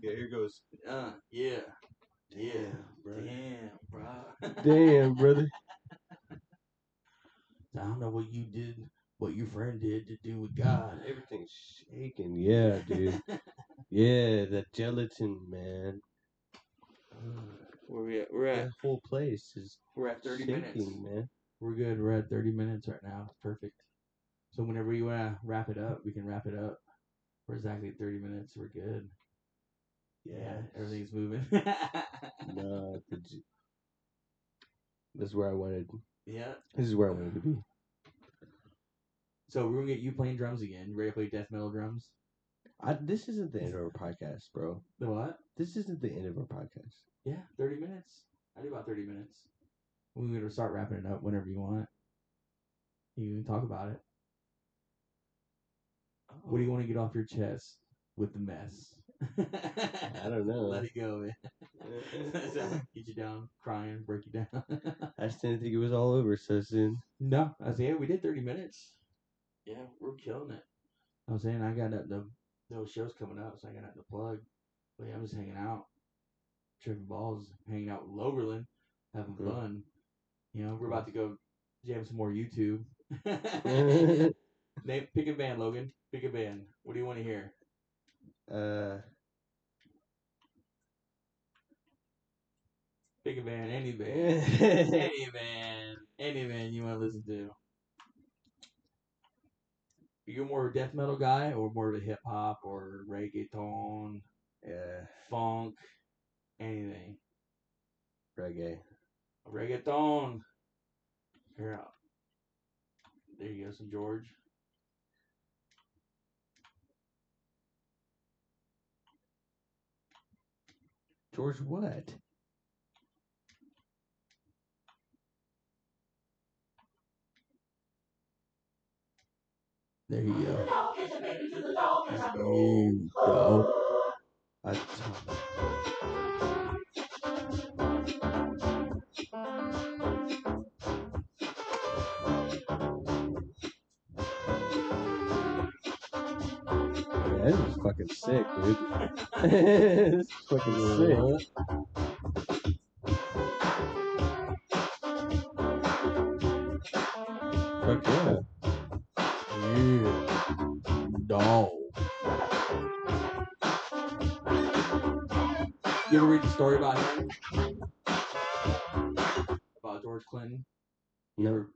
S3: here goes.
S5: uh, yeah. Yeah.
S3: bro.
S5: Damn, bro.
S3: Damn, brother.
S5: (laughs) I don't know what you did, what your friend did to do with God.
S3: (laughs) Everything's shaking. Yeah, dude. Yeah, that gelatin, man.
S5: (laughs) Where we at? We're
S3: That whole place is
S5: we're at
S3: shaking, man.
S5: We're good. We're at 30 minutes right now. It's perfect. So whenever you want to wrap it up, we can wrap it up. We're exactly at 30 minutes. We're good. Yeah,
S3: Yes.
S5: everything's moving. (laughs)
S3: No, the g- this is where I wanted.
S5: yeah.
S3: This is where I wanted to be.
S5: So we're gonna get you playing drums again. You ready to play death metal drums?
S3: I, this isn't the end of our podcast, bro.
S5: The what?
S3: This isn't the end of our podcast.
S5: Yeah, thirty minutes. I do about thirty minutes. We're gonna start wrapping it up whenever you want. You can talk about it. What
S3: Oh.
S5: do you want to get off your chest with the mess?
S3: (laughs) I don't know.
S5: Let it go, man. It's
S3: (laughs)
S5: not like (laughs) get you down, crying, break you down. (laughs)
S3: I just didn't think it was all over so soon. (laughs)
S5: no, I was yeah, we did thirty minutes. Yeah, we're killing it. I was saying I got nothing to no shows coming up, so I got nothing to plug. But yeah, I'm just hanging out, tripping balls, hanging out with Loverland, having
S3: Mhm.
S5: fun. You know, we're about to go jam some more YouTube. (laughs) Name, pick a band, Logan. Pick a band. What do you want to hear?
S3: uh,
S5: Pick a band, any band,
S3: I
S5: any band, any band you want to listen to. You're more of a death metal guy, or more of a hip hop, or reggaeton,
S3: Yeah,
S5: funk, anything.
S3: reggae.
S5: Reggaeton. Here out. There you go, some George.
S3: George, what?
S5: There you go.
S3: You go. I t- Man, this is fucking sick, dude. (laughs) this is fucking sick. Fuck yeah.
S5: Yeah. Dog. You ever read the story about him? About George Clinton? You
S3: No.
S5: ever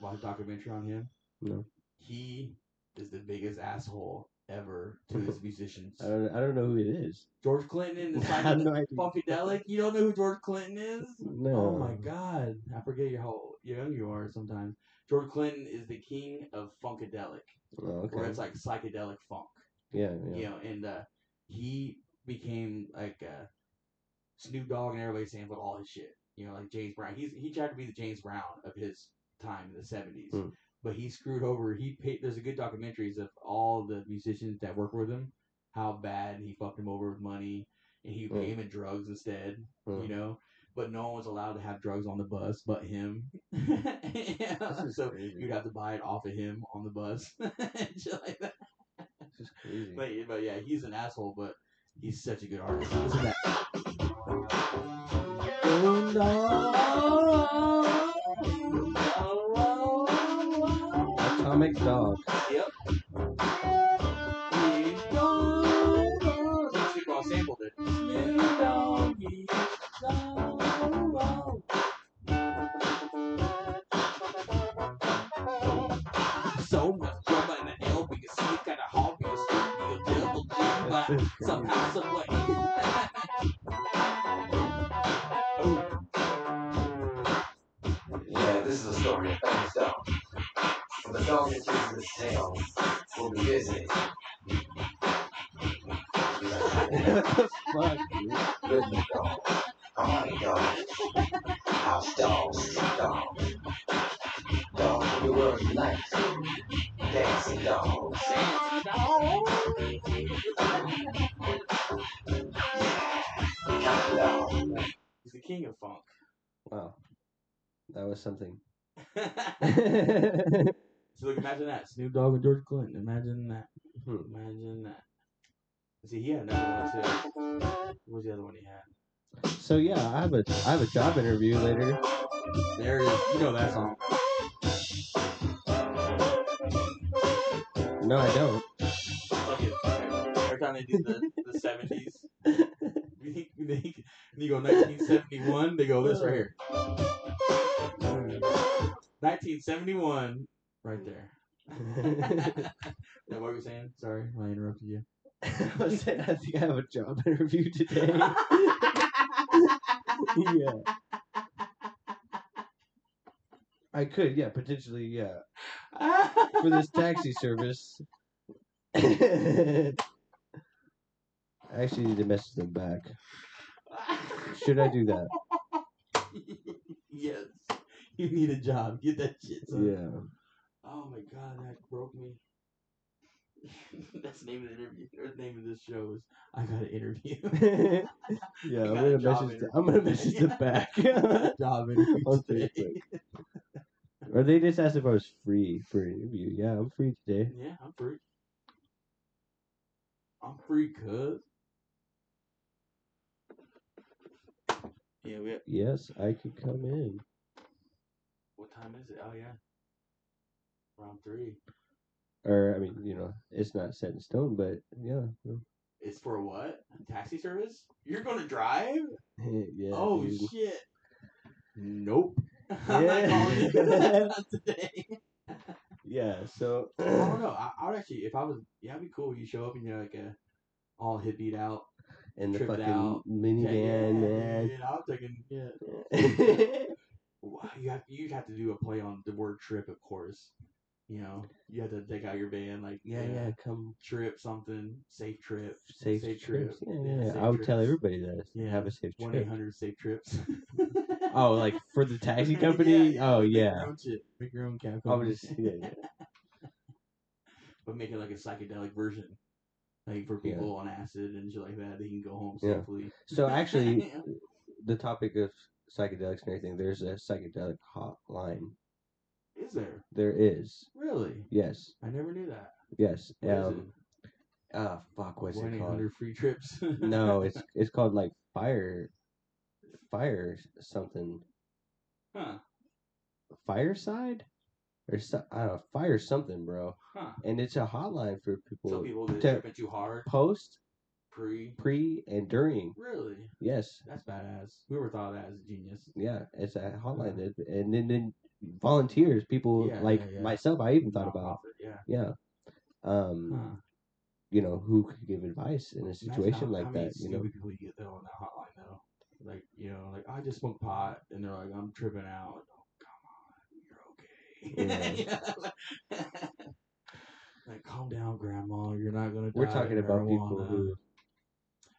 S5: watch a documentary on him?
S3: No.
S5: He is the biggest asshole ever
S3: (laughs)
S5: to his musicians.
S3: I don't, I don't know who it is. (laughs)
S5: George Clinton and the
S3: I have
S5: Simon
S3: no idea.
S5: (laughs) Funkadelic. You don't know who George Clinton is?
S3: No.
S5: Oh my God! I forget your how young you are sometimes. George Clinton is the king of funkadelic,
S3: Oh, okay.
S5: where it's like psychedelic funk.
S3: yeah,
S5: You
S3: yeah.
S5: know, and uh, he became like uh, Snoop Dogg and everybody sampled all his shit. You know, like James Brown. He's he tried to be the James Brown of his time in the seventies,
S3: Mm.
S5: but he screwed over. He paid. There's a good documentaries of all the musicians that work with him, how bad he fucked him over with money, and he
S3: Mm.
S5: gave him drugs instead.
S3: Mm.
S5: You know, but no one was allowed to have drugs on the bus but him. (laughs)
S3: This is
S5: so
S3: crazy.
S5: you'd have to buy it off of him on the bus. (laughs) and shit like that.
S3: This is crazy.
S5: (laughs) But, but yeah, he's an asshole, but he's such a good artist. Listen to that.
S3: Oh, no. Atomic
S5: (laughs)
S3: Dog. (laughs)
S5: Let's see if I'll sample it. So much drama in the L, we can see it got a hard, we can see it, double G, but
S3: This is crazy.
S5: somehow, some way. oh,
S6: Yeah, this is a story of Thumbs Down. So the dog that chases its tail will be busy.
S3: Fuck, dude.
S6: Good dog. Harmony dog. House dog. Street dog. Dog of the world unite. Dancing dog. Country dog.
S5: he's the king of funk. (laughs)
S3: Wow. That was something. (laughs)
S5: so
S3: Hmm.
S5: look, imagine that. Snoop Dogg and George Clinton. Imagine that. Imagine that. See, he had another one too. What was the other one he had?
S3: so yeah, I have a I have a job interview later.
S5: There it is. You know that song.
S3: No, I don't. (laughs)
S5: Fuck it. Every time they do the, the 70s, (laughs) they, they, they go 1971, they go this right here. 1971, right (laughs) there. that what you were saying? Sorry, I interrupted you.
S3: I was saying I think I have a job interview today. yeah. I could, yeah, potentially, yeah. for this taxi service. I actually need to message them back.
S5: (laughs)
S3: Should I do that?
S5: yes. You need a job. Get that shit. son.
S3: Yeah.
S5: Oh my god, that broke me. (laughs) That's the name of the interview. Or the name of this show is I got an interview.
S3: (laughs) yeah,
S5: You
S3: I'm
S5: got
S3: gonna
S5: a job
S3: message. Them, I'm gonna message
S5: (laughs)
S3: them back (laughs) on
S5: job interview today.
S3: Facebook. Or they just asked if I was free for an interview. Yeah, I'm free today.
S5: (laughs) Yeah, I'm free. I'm free, cuz. Yeah, we.
S3: Yes, I could come in.
S5: What time is it? Oh yeah, round three.
S3: Or I mean, you know, it's not set in stone, but yeah,
S5: It's for what? Taxi service? You're gonna drive?
S3: yeah.
S5: oh
S3: dude.
S5: shit! Nope.
S3: (laughs)
S5: I'm not calling you
S3: Yeah. (laughs)
S5: (laughs) Not today.
S3: yeah. So (clears throat)
S5: I don't know. I, I would actually, if I was, yeah, it'd be cool. You show up and you're like a all hippied out.
S3: in the
S5: Tripped
S3: fucking
S5: out.
S3: minivan, man.
S5: dude, I'm thinking, yeah.
S3: (laughs)
S5: Wow, you have you have to do a play on the word trip, of course. You know, you have to take out your band, like
S3: yeah, yeah, come
S5: trip something, safe trip,
S3: safe, trips. Yeah, yeah, yeah.
S5: safe
S3: I would tell
S5: trips.
S3: everybody that.
S5: Yeah.
S3: Have a safe
S5: one
S3: trip.
S5: eight hundred safe trips.
S3: Oh,
S5: (laughs)
S3: like for the taxi
S5: Yeah,
S3: company?
S5: yeah.
S3: Oh,
S5: Make
S3: yeah.
S5: your own shit. Make your own cap
S3: I would
S5: company.
S3: just, yeah, yeah.
S5: but make it like a psychedelic version, like for
S3: Yeah.
S5: people on acid and shit like that. They can go home
S3: Yeah.
S5: safely.
S3: So actually,
S5: (laughs) Yeah.
S3: the topic of psychedelics and everything, there's a psychedelic hotline.
S5: is there
S3: There is.
S5: really?
S3: Yes.
S5: I never knew that.
S3: Yes.
S5: What is
S3: um, ah, fuck,
S5: it?
S3: what's
S5: One
S3: it
S5: eight
S3: called?
S5: hundred free trips. (laughs)
S3: no, it's it's called like fire, fire something,
S5: huh?
S3: fireside, or so, I don't know, fire something, bro.
S5: Huh?
S3: And it's a hotline for
S5: Some
S3: people
S5: people that
S3: to-
S5: trip at you hard
S3: post
S5: pre.
S3: pre and during.
S5: Really?
S3: Yes.
S5: That's badass. Whoever thought of that is a genius.
S3: Yeah, it's a hotline, that- and then, then volunteers, people
S5: Yeah,
S3: like
S5: yeah, yeah.
S3: myself. I even thought about,
S5: Nonprofit, yeah.
S3: yeah, um,
S5: Huh.
S3: you know, who could give advice in a
S5: Imagine
S3: situation
S5: how-
S3: like
S5: how many
S3: that? You know,
S5: stupid people you get though on that hotline though. Like you know, like I just smoke pot, and they're like, I'm tripping out. Like, oh, come on, you're okay. (laughs) Yeah. (laughs) like calm down, grandma. You're not gonna.
S3: we're
S5: die
S3: talking
S5: of
S3: about people
S5: marijuana."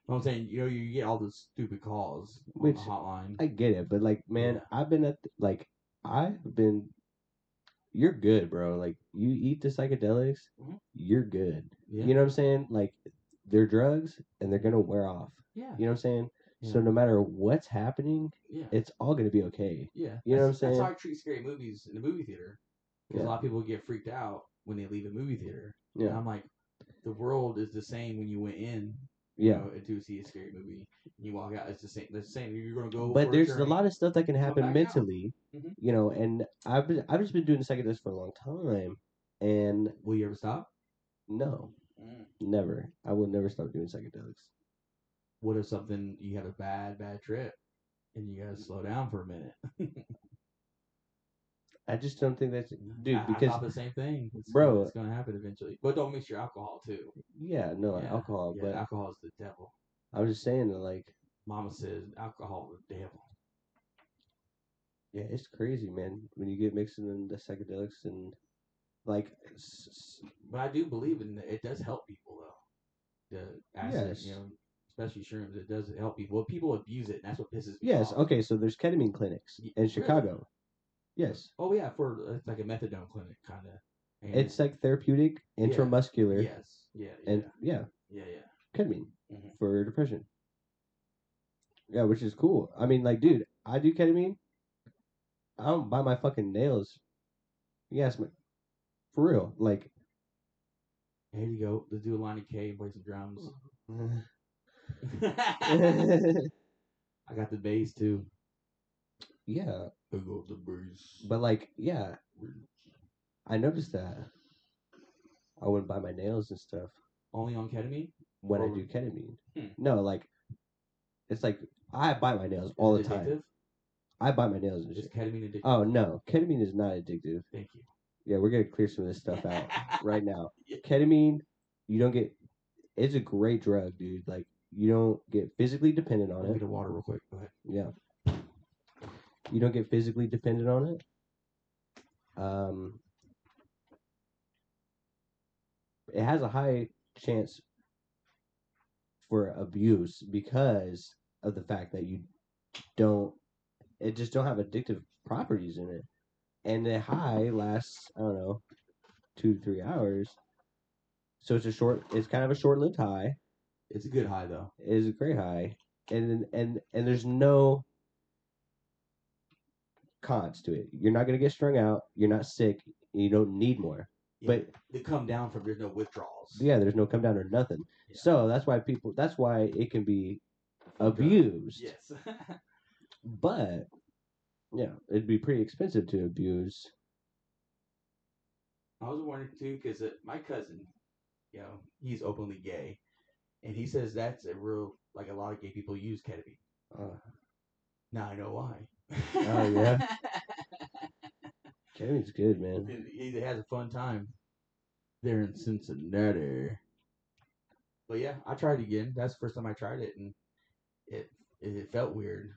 S3: who
S5: I'm saying, you know, you get all those stupid calls on
S3: Which-
S5: the hotline.
S3: I get it, but like, man,
S5: Yeah.
S3: I've been at like I've been. You're good, bro. Like you eat the psychedelics,
S5: Mhm.
S3: you're good.
S5: yeah.
S3: You know what I'm saying? Like they're drugs and they're gonna wear off.
S5: Yeah.
S3: You know what I'm saying? So
S5: Yeah.
S3: no matter what's happening,
S5: Yeah.
S3: it's all gonna be okay.
S5: Yeah.
S3: You know what I'm
S5: That's- That's
S3: saying?
S5: how I treat scary movies in the movie theater. Because
S3: Yeah.
S5: a lot of people get freaked out when they leave a movie theater. And
S3: Yeah.
S5: I'm like, the world is the same when you went in. You
S3: Yeah.
S5: know, to see a scary movie. You walk out, it's the same. The same. You're gonna go.
S3: But there's a lot of stuff that can
S5: Come
S3: happen
S5: back out.
S3: mentally.
S5: Mhm.
S3: You know, and I've been I've just been doing psychedelics for a long time and
S5: Will you ever stop?
S3: no, never. I will never stop doing psychedelics.
S5: What if something you had a bad, bad trip, and you gotta slow down for a minute? (laughs)
S3: I just don't think that's dude,
S5: I, I
S3: because
S5: thought the same thing, it's,
S3: Bro.
S5: It's gonna happen eventually. But don't mix your alcohol too.
S3: yeah, no,
S5: Yeah,
S3: alcohol,
S5: yeah,
S3: Oh, but
S5: alcohol is the devil.
S3: I was just saying that like
S5: Mama says alcohol is the devil.
S3: Yeah, it's crazy, man. When you get mixing in the psychedelics and like, s- s-
S5: But I do believe in the, it does help people though. The acid,
S3: Yes.
S5: you know, especially shrooms, it does help people. Well, people abuse it, and that's what pisses me
S3: yes, oh,
S5: off.
S3: okay. So there's ketamine clinics
S5: Ye-
S3: in
S5: really?
S3: Chicago. Yes,
S5: Oh yeah, for it's like a methadone clinic kind of.
S3: it's like therapeutic,
S5: Yeah.
S3: intramuscular,
S5: yes, yeah, yeah,
S3: and yeah,
S5: yeah, yeah.
S3: ketamine
S5: Mhm.
S3: for depression. Yeah, which is cool. I mean, like, dude, I do ketamine. I don't buy my fucking nails. Yes, man. For real,
S5: (laughs)
S3: like,
S5: Here you go. Let's do a line of K and play some drums.
S3: Oh.
S5: (laughs)
S3: (laughs)
S5: I got the bass too.
S3: yeah.
S5: I got the bass.
S3: But like, yeah, I noticed that. I wouldn't buy my nails and stuff
S5: Only on ketamine.
S3: when I
S5: Or-
S3: do ketamine.
S5: Hmm.
S3: No, like, it's like I bite my nails all the
S5: Is it
S3: time.
S5: addictive?
S3: I bite my nails and
S5: Is
S3: shit.
S5: ketamine addictive?
S3: Oh no, ketamine is not addictive.
S5: Thank you.
S3: Yeah, we're gonna clear some of this
S5: (laughs)
S3: stuff out right now.
S5: Yeah.
S3: Ketamine, you don't get. It's a great drug, dude. Like you don't get physically dependent on
S5: Let me
S3: it.
S5: get a water real quick. Go ahead.
S3: Yeah. You don't get physically dependent on it. Um, it has a high chance for abuse because of the fact that you don't, it just don't have addictive properties in it. And the high lasts, I don't know, two to three hours. So it's a short, it's kind of a short lived high
S5: It's a good high though.
S3: is a great high, and and and there's no cons to it. You're not gonna get strung out. You're not sick. and You don't need more. But
S5: They come down from there's no withdrawals.
S3: yeah, there's no come down or nothing.
S5: Yeah.
S3: So that's why people. That's why it can be
S5: Drug.
S3: abused.
S5: Yes. (laughs)
S3: But yeah, it'd be pretty expensive to abuse.
S5: I was wondering too because my cousin, you know, he's openly gay, and he says that's a real like a lot of gay people use ketamine.
S3: Uh,
S5: Now I know why.
S3: Oh,
S5: (laughs)
S3: yeah? ketamine's good, man.
S5: And he has a fun time there in Cincinnati. But yeah, I tried it again. That's the first time I tried it, and it it, it felt weird.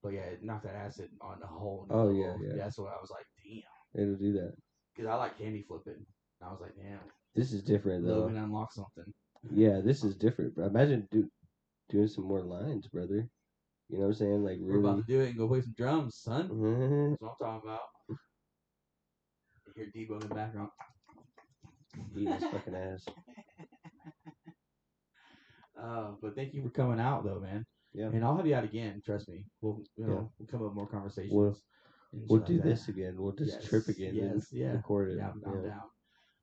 S5: But yeah, it knocked that acid on the whole. new
S3: Oh, yeah,
S5: level.
S3: yeah.
S5: That's what I was like, damn.
S3: It'll do that.
S5: Because I like candy flipping. And I was like, damn,
S3: This is different though.
S5: Logan unlocked something.
S3: Yeah, this is different. Bro. Imagine do, doing some more lines, brother. You know what I'm saying? Like
S5: We're about
S3: really.
S5: to do it and go play some drums,
S3: (laughs)
S5: son.
S3: Mhm.
S5: That's what I'm talking about. You hear Debo in the background.
S3: Eating
S5: (laughs)
S3: his fucking ass.
S5: Uh, but thank you for coming out though, man.
S3: Yeah.
S5: And I'll have you out again. Trust me. We'll you know we'll come up with more conversations. and
S3: We'll
S5: stuff
S3: do
S5: like that.
S3: this again. We'll just trip
S5: Yes,
S3: again and
S5: yes, yeah.
S3: record it.
S5: Yeah, I'm, I'm
S3: Yeah.
S5: down.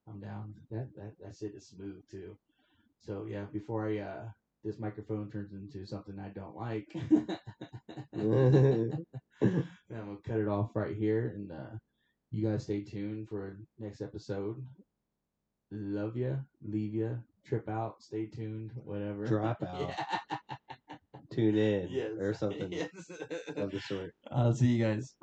S5: I'm down. That that that's it. It's smooth too. So yeah, before I uh this microphone turns into something I
S3: (laughs)
S5: don't like, (laughs) then (laughs) I'm gonna cut it off right here. And uh, you guys stay tuned for next episode. Love ya, leave ya, trip out, stay tuned, whatever. (laughs)
S3: Drop out,
S5: Yeah.
S3: tune in,
S5: Yes.
S3: or something
S5: (laughs) Yes.
S3: of the sort.
S5: I'll see you guys.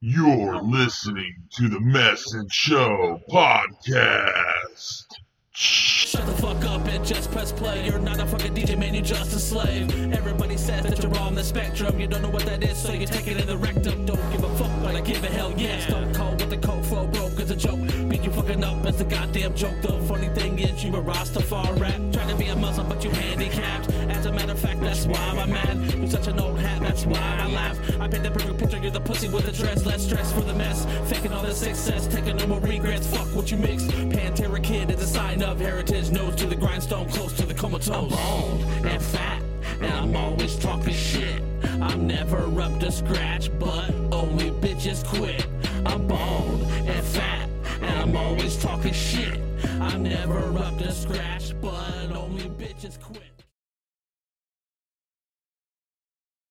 S1: You're listening to the Mess and Show podcast.
S2: Shut the fuck up and just press play. You're not a fucking DJ, man, you're just a slave. Everybody says that you're on the spectrum. You don't know what that is, so you take it in the rectum. Don't give a fuck, but I give a hell yeah. Stone cold with the cold flow broke as a joke. Beat you fucking up as a goddamn joke. The funny thing is, you a Rastafari rap. Trying to be a Muslim, but you handicapped. As a matter of fact, that's why I'm mad. You're such an old hat, that's why I laugh. I paint the perfect picture, You're the pussy with the dress, less stress for the mess. Faking all the success, taking no more regrets. Fuck what you mix. Pantera kid is a sign of heritage. Nose to the grindstone, close to the comatose. I'm old and fat, and I'm always talking shit. I'm never up to scratch, but only bitches quit. I'm bald and fat, and I'm always talking shit. I'm never up to scratch, but only bitches quit.